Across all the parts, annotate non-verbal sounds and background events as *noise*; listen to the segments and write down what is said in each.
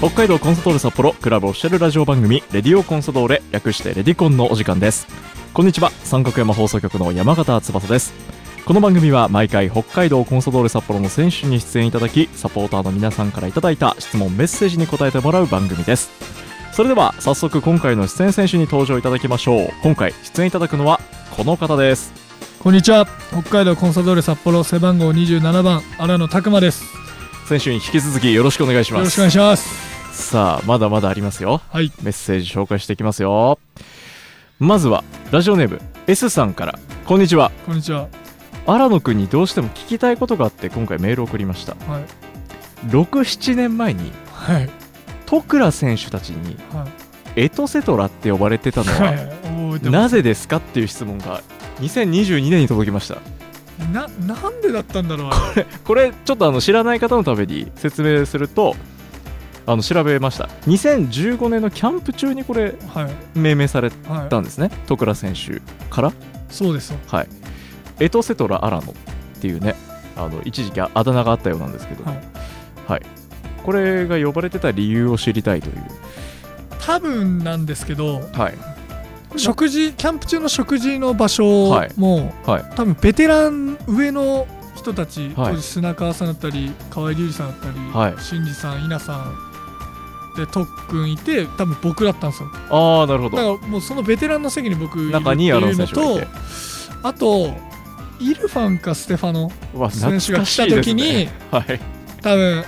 北海道コンサドーレ札幌クラブオフィシャルラジオ番組「レディオコンサドーレ」略して「レディコン」のお時間ですこんにちは三角山放送局の山形翼ですこの番組は毎回北海道コンサドーレ札幌の選手に出演いただきサポーターの皆さんからいただいた質問メッセージに答えてもらう番組ですそれでは早速今回の出演選手に登場いただきましょう今回出演いただくのはこの方ですこんにちは北海道コンサドーレ札幌背番号27番荒野拓磨です選手に引き続きよろしくお願いしよまろしくすお願いしますさあまだまだありますよはいメッセージ紹介していきますよまずはラジオネーム S さんからこんにちはこんにちは荒野くんにどうしても聞きたいことがあって今回メールを送りましたはい67年前にはい戸倉選手たちにはいエトセトラって呼ばれてたのははい覚えて *laughs* まなすぜですかっていう質問が2022年に届きましたななんでだったんだろうあれこれちょっとあの知らない方のために説明するとあの調べました2015年のキャンプ中にこれはい命名されはたんですね戸倉選手からいそうですよはい、エトセトラ・アラノっていうねあの一時期あだ名があったようなんですけど、はいこれが呼ばれてた理由を知りたいという、多分なんですけどはい、食事キャンプ中の食事の場所はいも、はい多分ベテラン上の人たち、はい当時砂川さんだったり河合隆二さんだったり、はい新次さん稲さんで特訓いて多分僕だったんですよああなるほだかどらもうそのベテランの席に僕いるって中にいアラうン選の手がいとてあとイルファンかステファノうわ選懐手がか来したいです時にね、はい、多分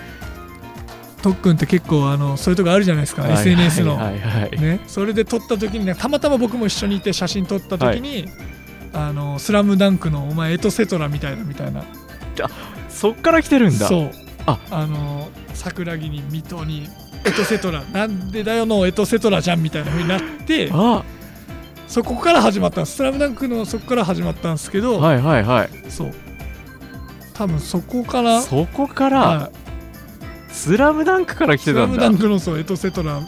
特訓って結構あのそういうとこあるじゃないですか、SNS の、はいはいはいね、それで撮った時にねたまたま僕も一緒にいて写真撮った時に「あのスラムダンクのお前エトセトラみたいな」みたいなそっから来てるんだそうああの桜木に水戸にエトセトラなんでだよのエトセトラじゃんみたいな風にな *laughs* ってあそこから始まったんです「スラムダンクのそこから始まったんですけど、はいはいはいそう多分そこからそこから、はいスラムダンクから来スてラたムんダだンクのそうエトセトラ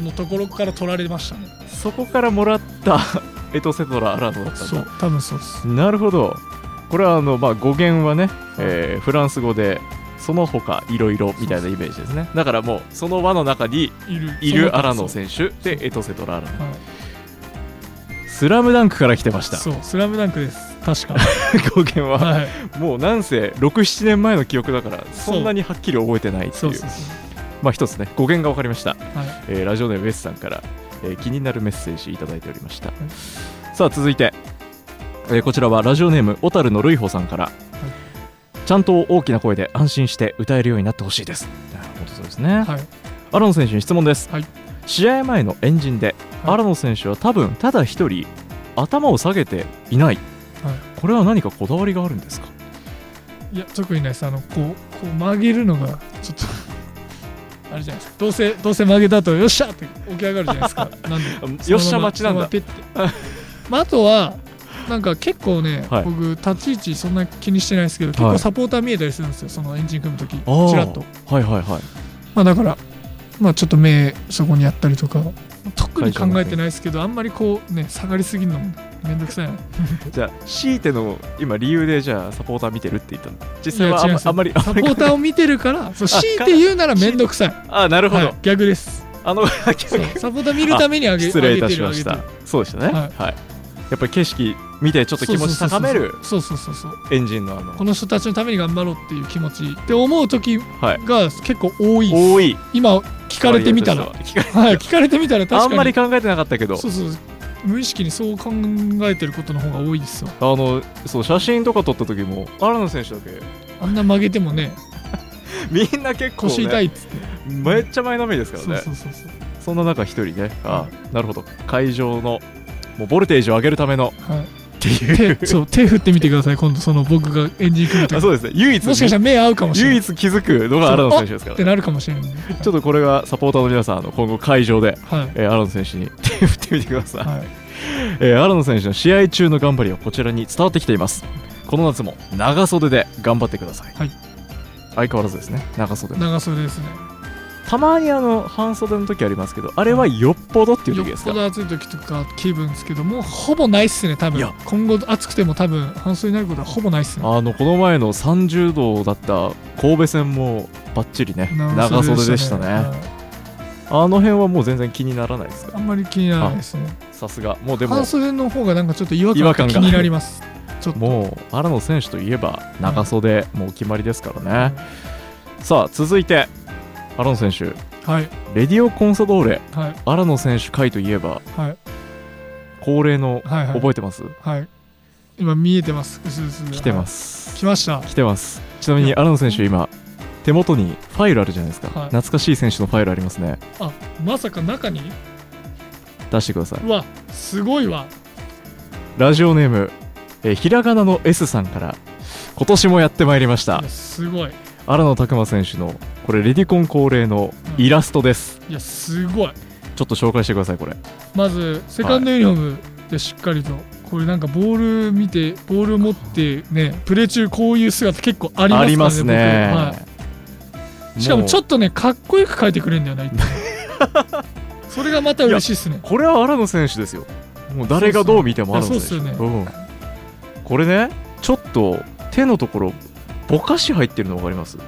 のところから取られましたねそこからもらったエトセトラ・アラノだったんそだう多分そうですなるほどこれはあの、まあ、語源はね、えーフランス語でその他いろいろみたいなイメージですねだからもうその輪の中にいるいそのる他アラノそう選手でエトセトラアラノはいスラムダンクから来てましたそう、スラムダンクです。確か。 *laughs* 語源は、はい。もうなんせ67年前の記憶だからそんなにはっきり覚えてないってそいううそうそまあ一つね語源が分かりました、う。はい。えーラジオネーム S さんから、えー気になるメッセージいただいておりました、さあ続いて、えーこちらはラジオネーム小樽のるいほさんから、ちゃんと大きな声で安心して歌えるようになってほしいですなるほどそうですね、はい。アラノ選手に質問です、はい試合前の円陣で、はいアラノ選手は多分ただ一人頭を下げていない、これは何かこだわりがあるんですかいや、特にないです。あの、こう、こう曲げるのが、ちょっと。あれじゃないですか。どうせ、どうせ曲げた後、よっしゃって起き上がるじゃないですか。なんで。あよっしゃ待ちなんだそのままそのままペッてまあ、あとは。なんか結構ね、はい僕立ち位置そんな気にしてないですけど結は構いサポーター見えたりするんですよ、そのエンジン組む時あーちらっとはいはいはいまあだからまあちょっと目そこにやったりとか特に考えてないですけどあんまりこうね下がりすぎるのもめんどくさいなじゃあ強いての今理由でじゃあサポーター見てるって言ったの実際はあいや違いんますあんまりあサんポまりーターを見てるから、そう強いて言うならめんどくさい。あなるほど、はい、逆です。あの逆そにうサポーター見るためにあげ失礼いたし上まげしてる上たげてそうでしたねははいい、やっぱり景色見てちょっと気持ち高めるる。そうそうそうそう。エンジンのあのこの人たちのために頑張ろうっていう気持ちって思う時はいが結構多いです。多い今聞かれてみたら、割合としては聞かはい、聞かれてみたら確かあにんまり考えてなかったけどそうそう無意識にそう考えてることの方が多いですよ。あのそう写真とか撮った時も荒野選手だけあんな曲げてもねみんな結構、ね、腰痛いっつって。めっちゃ前のめりですからねそそうそうそうそう。んな中一人ねあなるほど会場のもうボルテージを上げるためのはい。っていう *laughs* 手そう手振ってみてください今度その僕がエンジン組む時あそうですね唯一もしかしたら目合うかもしれな *laughs* 唯い一気づくのが荒野選手ですかっらてねなるかもしれない *laughs* ちょっとこれがサポーターの皆さんあの今後会場で、はいえー、荒野選手に *laughs* 手振ってみてくださいはいえー、新野選手の試合中の頑張りはこちらに伝わってきていますこの夏も長袖で頑張ってください、はい相変わらずですね長袖長袖ですねたまにあの半袖の時ありますけどあれはよっぽどっていう時ですよっぽかど暑い時とか気分ですけどもうほぼないっすね多い分や今後暑くても多分半袖になることはほぼないっすねあのこの前の30度だった神戸戦もバッチリね長袖でしたねはいあの辺はもう全然気にならないですかあんまり気にならないですねさすがもうでも半袖の方がなんかちょっと違和違和感感がが気にな *laughs* りますちょっともう荒野選手といえば長袖、もうお決まりですからね、さあ続いて荒野選手はいレディオコンサドーレはい荒野選手会といえばはい恒例のはいはい覚えて *laughs* ます、はい今見えてますうすうす来てますす、来ました来てますちなみに荒野選手今手元にファイルあるじゃないですか、はい懐かしい選手のファイルありますねあまさか中に出してくださいうわすごいわラジオネームえーひらがなの S さんから今年もやってまいりましたいやすごい荒野拓磨選手のこれレディコン恒例のイラストです、いやすごいちょっと紹介してくださいこれまずセカンドユニフォームでしっかりと、これなんかボール見てボールを持ってねプレー中こういう姿結構ありますからありますね。僕はうい、しかもちょっとねかっこよく描いてくれるんだ *laughs* よないつもそれがまた嬉しいっすねこれは荒野選手ですよ。もう誰がどう見ても荒野選手。そうっすねいやそううんこれね、ちょっと手のところぼかし入ってるの分かります？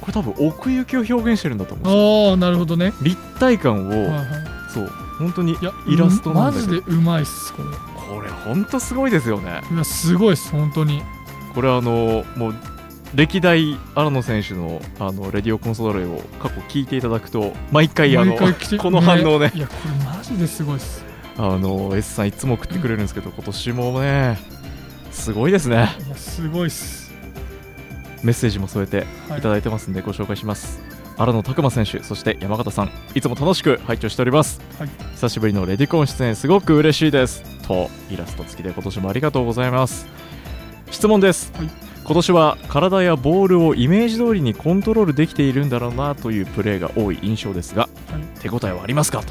これ多分奥行きを表現してるんだと思うんですよ。ああなるほどね、立体感を、はいはそう本当にい、いやイラストなんマだけジど、でうまいっすこれこれ本当すごいですよね。いやすごいっす本当にこれあのもう。歴代荒野選手のあのレディオコンソールを過去聞いていただくと毎回あの毎回来 *laughs* てこの反応ねいやこれマジですごいっすあの S さんいつも送ってくれるんですけど今年もねすごいですねいやすごいっす、メッセージも添えてはいいただいてますんでご紹介します荒野拓磨選手そして山形さんいつも楽しく拝聴しております、はい久しぶりのレディコン出演すごく嬉しいですとイラスト付きで今年もありがとうございます質問です、はい今年は体やボールをイメージ通りにコントロールできているんだろうなというプレーが多い印象ですがはい手応えはありますかと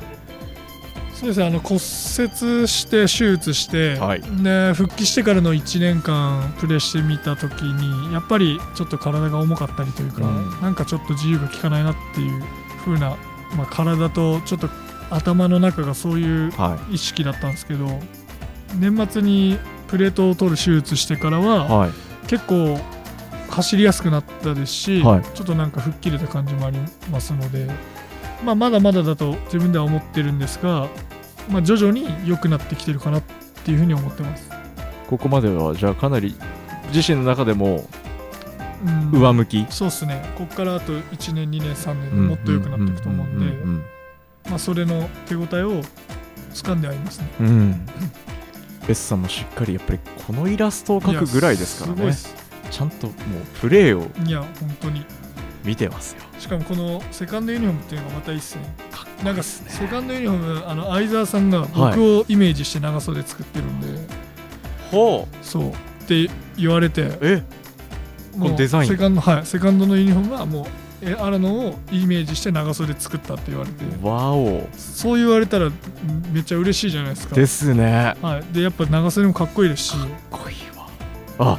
そうですねあの骨折して手術して、はいで復帰してからの1年間プレーしてみた時にやっぱりちょっと体が重かったりというか、うんなんかちょっと自由が利かないなっていう風な、まあ、体とちょっと頭の中がそういうは意識だったんですけど年末にプレートを取る手術してからいははい結構走りやすくなったですし、はいちょっとなんか吹っ切れた感じもありますので、まあ、まだまだだと自分では思ってるんですが、まあ、徐々に良くなってきてるかなっていうふうに思ってます。ここまではじゃあかなり自身の中でもうん上向き、そうですね、ここからあと1年、2年、3年でもっと良くなっていくと思うんで、まあ、それの手応えを掴んではいますね。うんうんうんうんうん、S さんもしっかりやっぱりこのイラストを描くぐらいですからいやねすちゃんともうプレーをごいっすいや、本当に。見てますよしかもこのセカンドユニフォームっていうのがまたいいっすね。かっこいないんでかすねセカンドユニフォーム、あの相沢さんがはい僕をイメージして長袖作ってるんで。ほうそうって言われてえもうこのデザインセカンドはいセカンドのユニフォームはもうえアラノをイメージして長袖作ったって言われてわおそう言われたらんめっちゃ嬉しいじゃないですかですねはい、でやっぱ長袖もかっこいいですしかっこいいわあ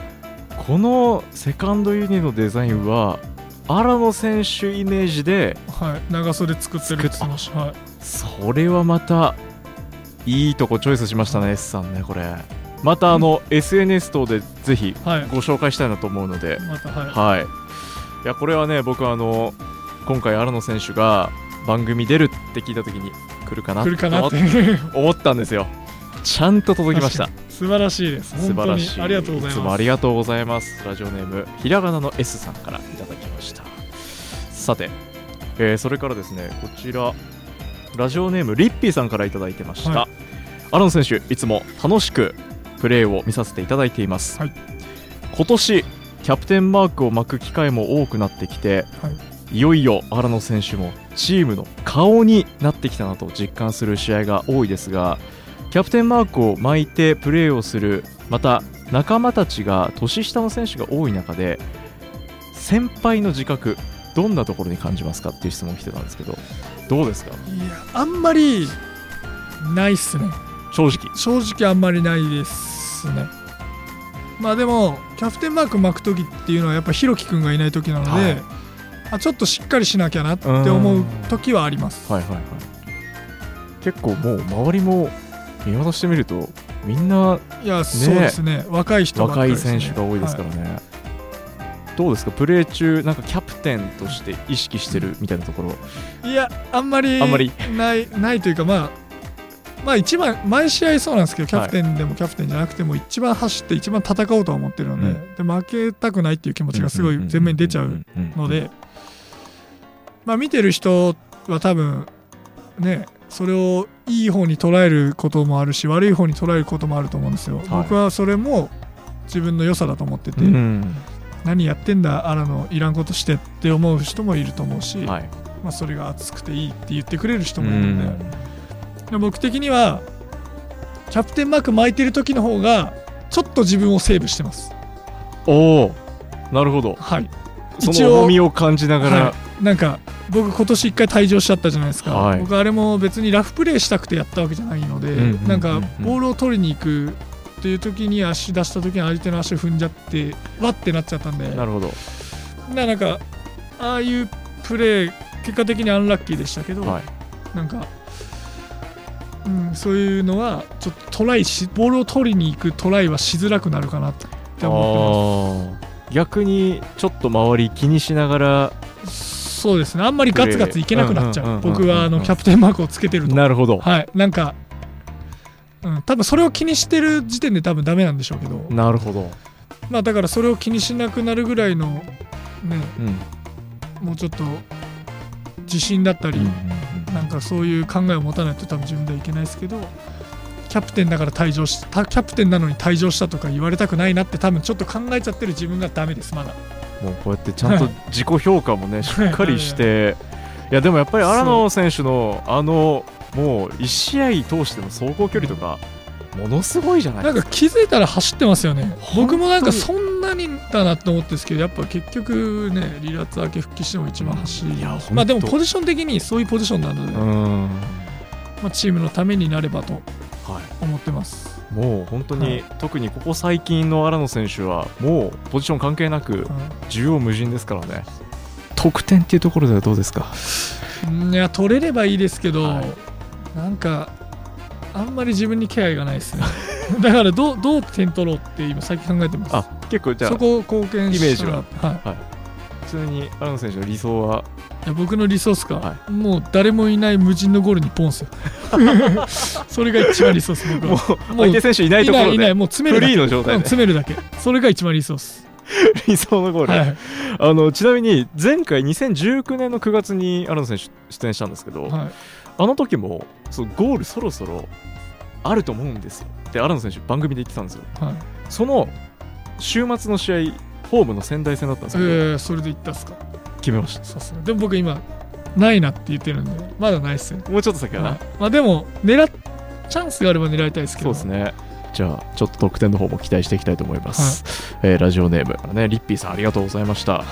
このセカンドユニのデザインは荒野選手イメージではい、長袖作ってるって言ってました、はい、それはまたいいとこチョイスしましたね S さんねこれまたあの SNS 等でぜひはい、ご紹介したいなと思うので、またはいはい、いやこれはね僕はあの今回荒野選手が番組出るって聞いた時に来るかな来るかなってと思ったんですよちゃんと届きま *laughs* した素晴らしいです素晴本当らにしいありがとうございつもあますりがとうございますラジオネームひらがなの S さんからいただきましたさて、えーそれからですねこちらラジオネームリッピーさんからいただいてました、はアロン選手いつも楽しくプレーを見させていただいています、はい今年キャプテンマークを巻く機会も多くなってきてはいいよいよ荒野選手もチームの顔になってきたなと実感する試合が多いですがキャプテンマークを巻いてプレーをするまた仲間たちが年下の選手が多い中で先輩の自覚どんなところに感じますかっていう質問来てたんですけどどうですかいやあんまりないっすね正直正直あんまりないですねまあでもキャプテンマーク巻く時っていうのはやっぱひろきくんがいない時なので、はいあちょっとしっかりしなきゃなって思う時はありますはいはいはい結構もう周りも見渡してみるとみんないやそうですね若い人ばっか若りいですね選手が多いですからね、はどうですかプレー中なんかキャプテンとして意識してるみたいなところいやあんまりあんまりないないというかまあまあ一番毎試合そうなんですけどキャプテンでもキャプテンじゃなくても一番走って一番戦おうとは思ってるので,、で負けたくないっていう気持ちがすごい前面に出ちゃうので、まあ、見てる人は多分ねそれをいい方に捉えることもあるし悪い方に捉えることもあると思うんですよ、僕はそれも自分の良さだと思ってて、うんうん何やってんだあらのいらんことしてって思う人もいると思うし、うんはいまあ、それが熱くていいって言ってくれる人もいるので、で僕的にはキャプテンマーク巻いてる時の方がちょっと自分をセーブしてますおおなるほどはいそ一の応重みを感じながら、はい、なんか僕今年1回退場しちゃったじゃないですか、はい僕あれも別にラフプレーしたくてやったわけじゃないので、うんうんうんうんなんかボールを取りに行くっていう時に足出した時に相手の足を踏んじゃってわってなっちゃったんでなるほどななんかああいうプレー結果的にアンラッキーでしたけど、はいなんか、うん、そういうのはちょっとトライしボールを取りに行くトライはしづらくなるかなって思っあー逆にちょっと周り気にしながらてますそうですねあんまりガツガツいけなくなっちうんうんゃううんうんうん僕はあのキャプテンマークをつけてるとなるほどはいなんか、うん、多分それを気にしてる時点で多分ダメなんでしょうけどなるほど、まあだからそれを気にしなくなるぐらいのねうんうんもうちょっと自信だったり、うんうんなんかそういう考えを持たないと多分自分ではいけないですけどキャプテンだから退場したキャプテンなのに退場したとか言われたくないなって多分ちょっと考えちゃってる自分がダメですまだもうこうやってちゃんと自己評価も *laughs* ねしっかりしていやでもやっぱり荒野選手のあのもう1試合通しての走行距離とかものすごいじゃないなんか気づいたら走ってますよね当に僕もなんかそんなにだなと思ってですけどやっぱ結局ね離脱明け復帰しても一番走りいや本当まあでもポジション的にそういうポジションなので、うまんあ、チームのためになればとは思ってます、い、もう本当に、はい特にここ最近の荒野選手はもうポジション関係なく縦横無尽ですからね得点っていうところではどうですかうん、いや取れればいいですけど、はなんかあんまり自分に気配がないですね *laughs* だからどうどう点取ろうって今最近考えてますあ結構じゃあそこを貢献イメージはは、はい、普通に荒野選手の理想はいや僕のリソースか、はもう誰もいない無人のゴールにポン *laughs* っすよそれが一番リソース僕もうはもう *laughs* 相手選手いないいとこなろいいないでもう詰めフるだリけーの状うん態で詰めるだけそれが一番リソース、理想のゴール、はいあのちなみに前回2019年の9月に荒野選手出演したんですけど、はい、あの時もそうゴールそろそろあると思うんですよって荒野選手番組で言ってたんですよはい、その週末の試合ホームの仙台戦だったんでえすけど、ーそれでいったっすか決めましさすがでも僕今ないなって言ってるんでまだないっすよ、たもうちょっと先かな、はいまあでも狙っチャンスがあれば狙いたいですけそうどですねじゃあちょっと得点の方も期待していきたいと思います、えーラジオネームからねリッピーさんありがとうございました、はい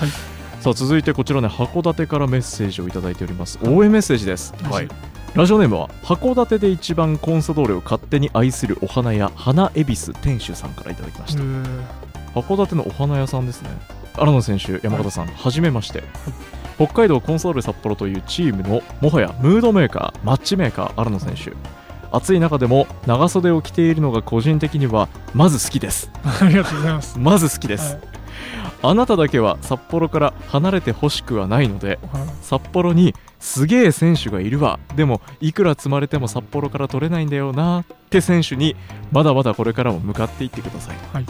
さあ続いてこちらね函館からメッセージをいただいております応援メッセージです、はい、ラジオネームは函館で一番コンサドーレを勝手に愛するお花屋花恵比寿店主さんからいただきました、うん函館のお花屋さんですね荒野選手山形さんはじめまして、北海道コンソール札幌というチームのもはやムードメーカーマッチメーカー荒野選手暑い中でも長袖を着ているのが個人的にはまず好きですありがとうございます。まず好きです、はいあなただけは札幌から離れてほしくはないのではい札幌にすげえ選手がいるわでもいくら積まれても札幌から取れないんだよなって選手にまだまだこれからも向かっていってください、はい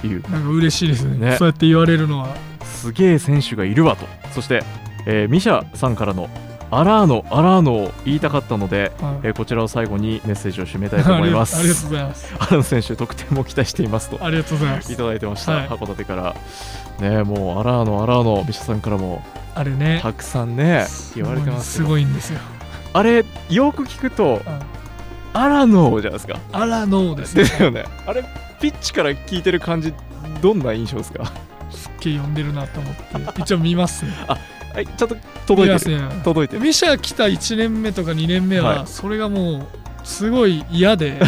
というなんか嬉しいですねねそうやって言われるのは。すげえ選手がいるわとそして、えーミシャさんからのアラーノアラーノを言いたかったので、はいえーこちらを最後にメッセージを締めたいと思いまありがとうすございます。アラーノ選手得点も期待していますとありがとうございまいす。ただいてました、はい函館からねもうアラーノアラーノミシャさんからもあれね、たくさんね言われてますすごいんですよ。あれよく聞くとうんアラーノじゃないですかあらのですでね。すよねあれピッチから聞いてる感じどんな印象ですかすっげえ呼んでるなと思って、一応見ますね。はいちょっと *laughs* 届見いまてするね。届いてるミシャ来た1年目とか2年目は、はいそれがもう、すごい嫌 *laughs* で、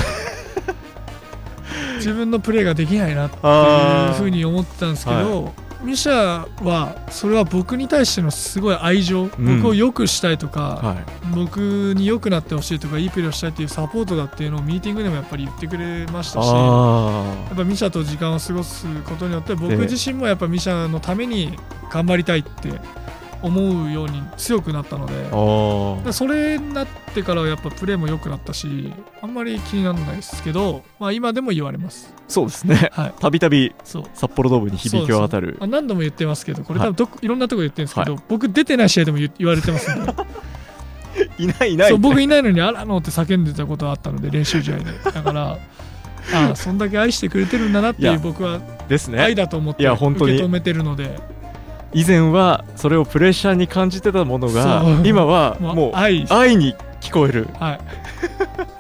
自分のプレーができないなっていうふうに思ってたんですけど、ミシャはそれは僕に対してのすごい愛情、ん僕を良くしたいとか、はい僕に良くなってほしいとかいいプレーをしたいっていうサポートだっていうのをミーティングでもやっぱり言ってくれましたしやあっぱミシャと時間を過ごすことによって僕ええ自身もやっぱミシャのために頑張りたいって思うように強くなったのでーあーでそれになってからはやっぱプレーも良くなったしあんまり気にならないですけど、まあ、今でも言われます。そうですねはいたびたびそう札幌ドームに響き渡るあ何度も言ってますけどこれ多はい分どこ、い、ろんなとこで言ってるんですけど、僕出てない試合でも言言われてます *laughs* んでいないいないそう僕いないのに「あらの」って叫んでたことあったので練習試合でだからああそんだけ愛してくれてるんだなっていいやう僕はですね愛だと思っていいや本受当にけ止めてるので以前はそれをプレッシャーに感じてたものがそう今はももうう愛愛に聞こえるはい、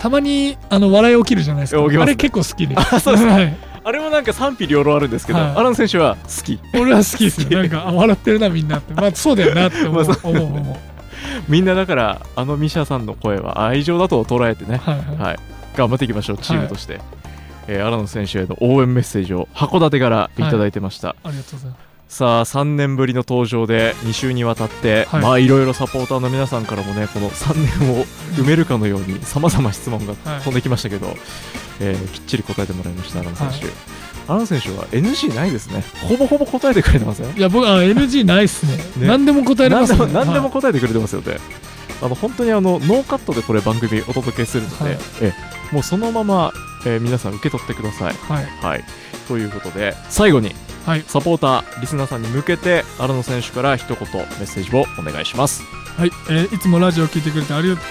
たまにあの笑い起きるじゃないですか起きますねあれ結構好きであそうですかはい、あれもなんか賛否両論あるんですけど、はいアラン選手は好き俺は好きですよなんかあ笑ってるなみんなってまあそうだよなって思う,、まあそ思う思うみんなだからあのミシャさんの声は愛情だと捉えてね、はいはい、はい、頑張っていきましょうチームとして、えー、アラン選手への応援メッセージを函館からいただいてました、ありがとうございますさあ3年ぶりの登場で2週にわたって、はいまあいろいろサポーターの皆さんからもねこの3年を埋めるかのようにさまざま質問がはい飛んできましたけど、えーきっちり答えてもらいましたアラン選手、アラン選手は NG ないですねほぼほぼ答えてくれてませんいや僕あ NG ないっすねね何でも答えられ何まですもね何でもは答えてくれてますよね、あの本当にあのノーカットでこれ番組お届けするので、はいええもうそのまま、えー皆さん受け取ってください、いはいはい、ということで最後にはいサポーターリスナーさんに向けて荒野選手から一言メッセージをお願いしますはい、えーいつもラジオ聞いてくれてありがとう。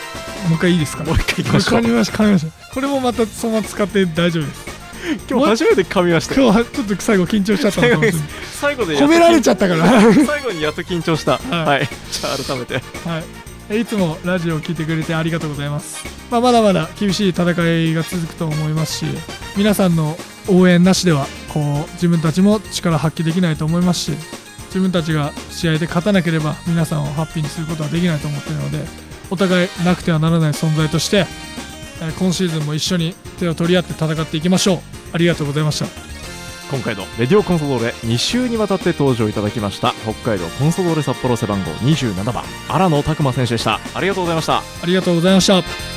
もう一回いいですか。もう一回いきましょ噛うみました、噛みました。これもまたそのまま使って大丈夫です。今日初めて噛みました今日はちょっと最後緊張しちゃったのかもしれない。最後でやっと褒められちゃったから。はい、最後にやっと緊張したは、はいいじゃあ改めてえーいつもラジオを聞いてくれてありがとうございます。まあ、まだまだ厳しい戦いが続くと思いますし、皆さんの応援なしでは、こう、自分たちも力発揮できないと思いますし、自分たちが試合で勝たなければ、皆さんをハッピーにすることはできないと思っているので、お互いなくてはならない存在として、えー今シーズンも一緒に手を取り合って戦っていきましょう。ありがとうございました。今回のレディオコンソドーレ2週にわたって登場いただきました北海道コンソドーレ札幌背番号27番荒野拓磨選手でしたありがとうございましたありがとうございました。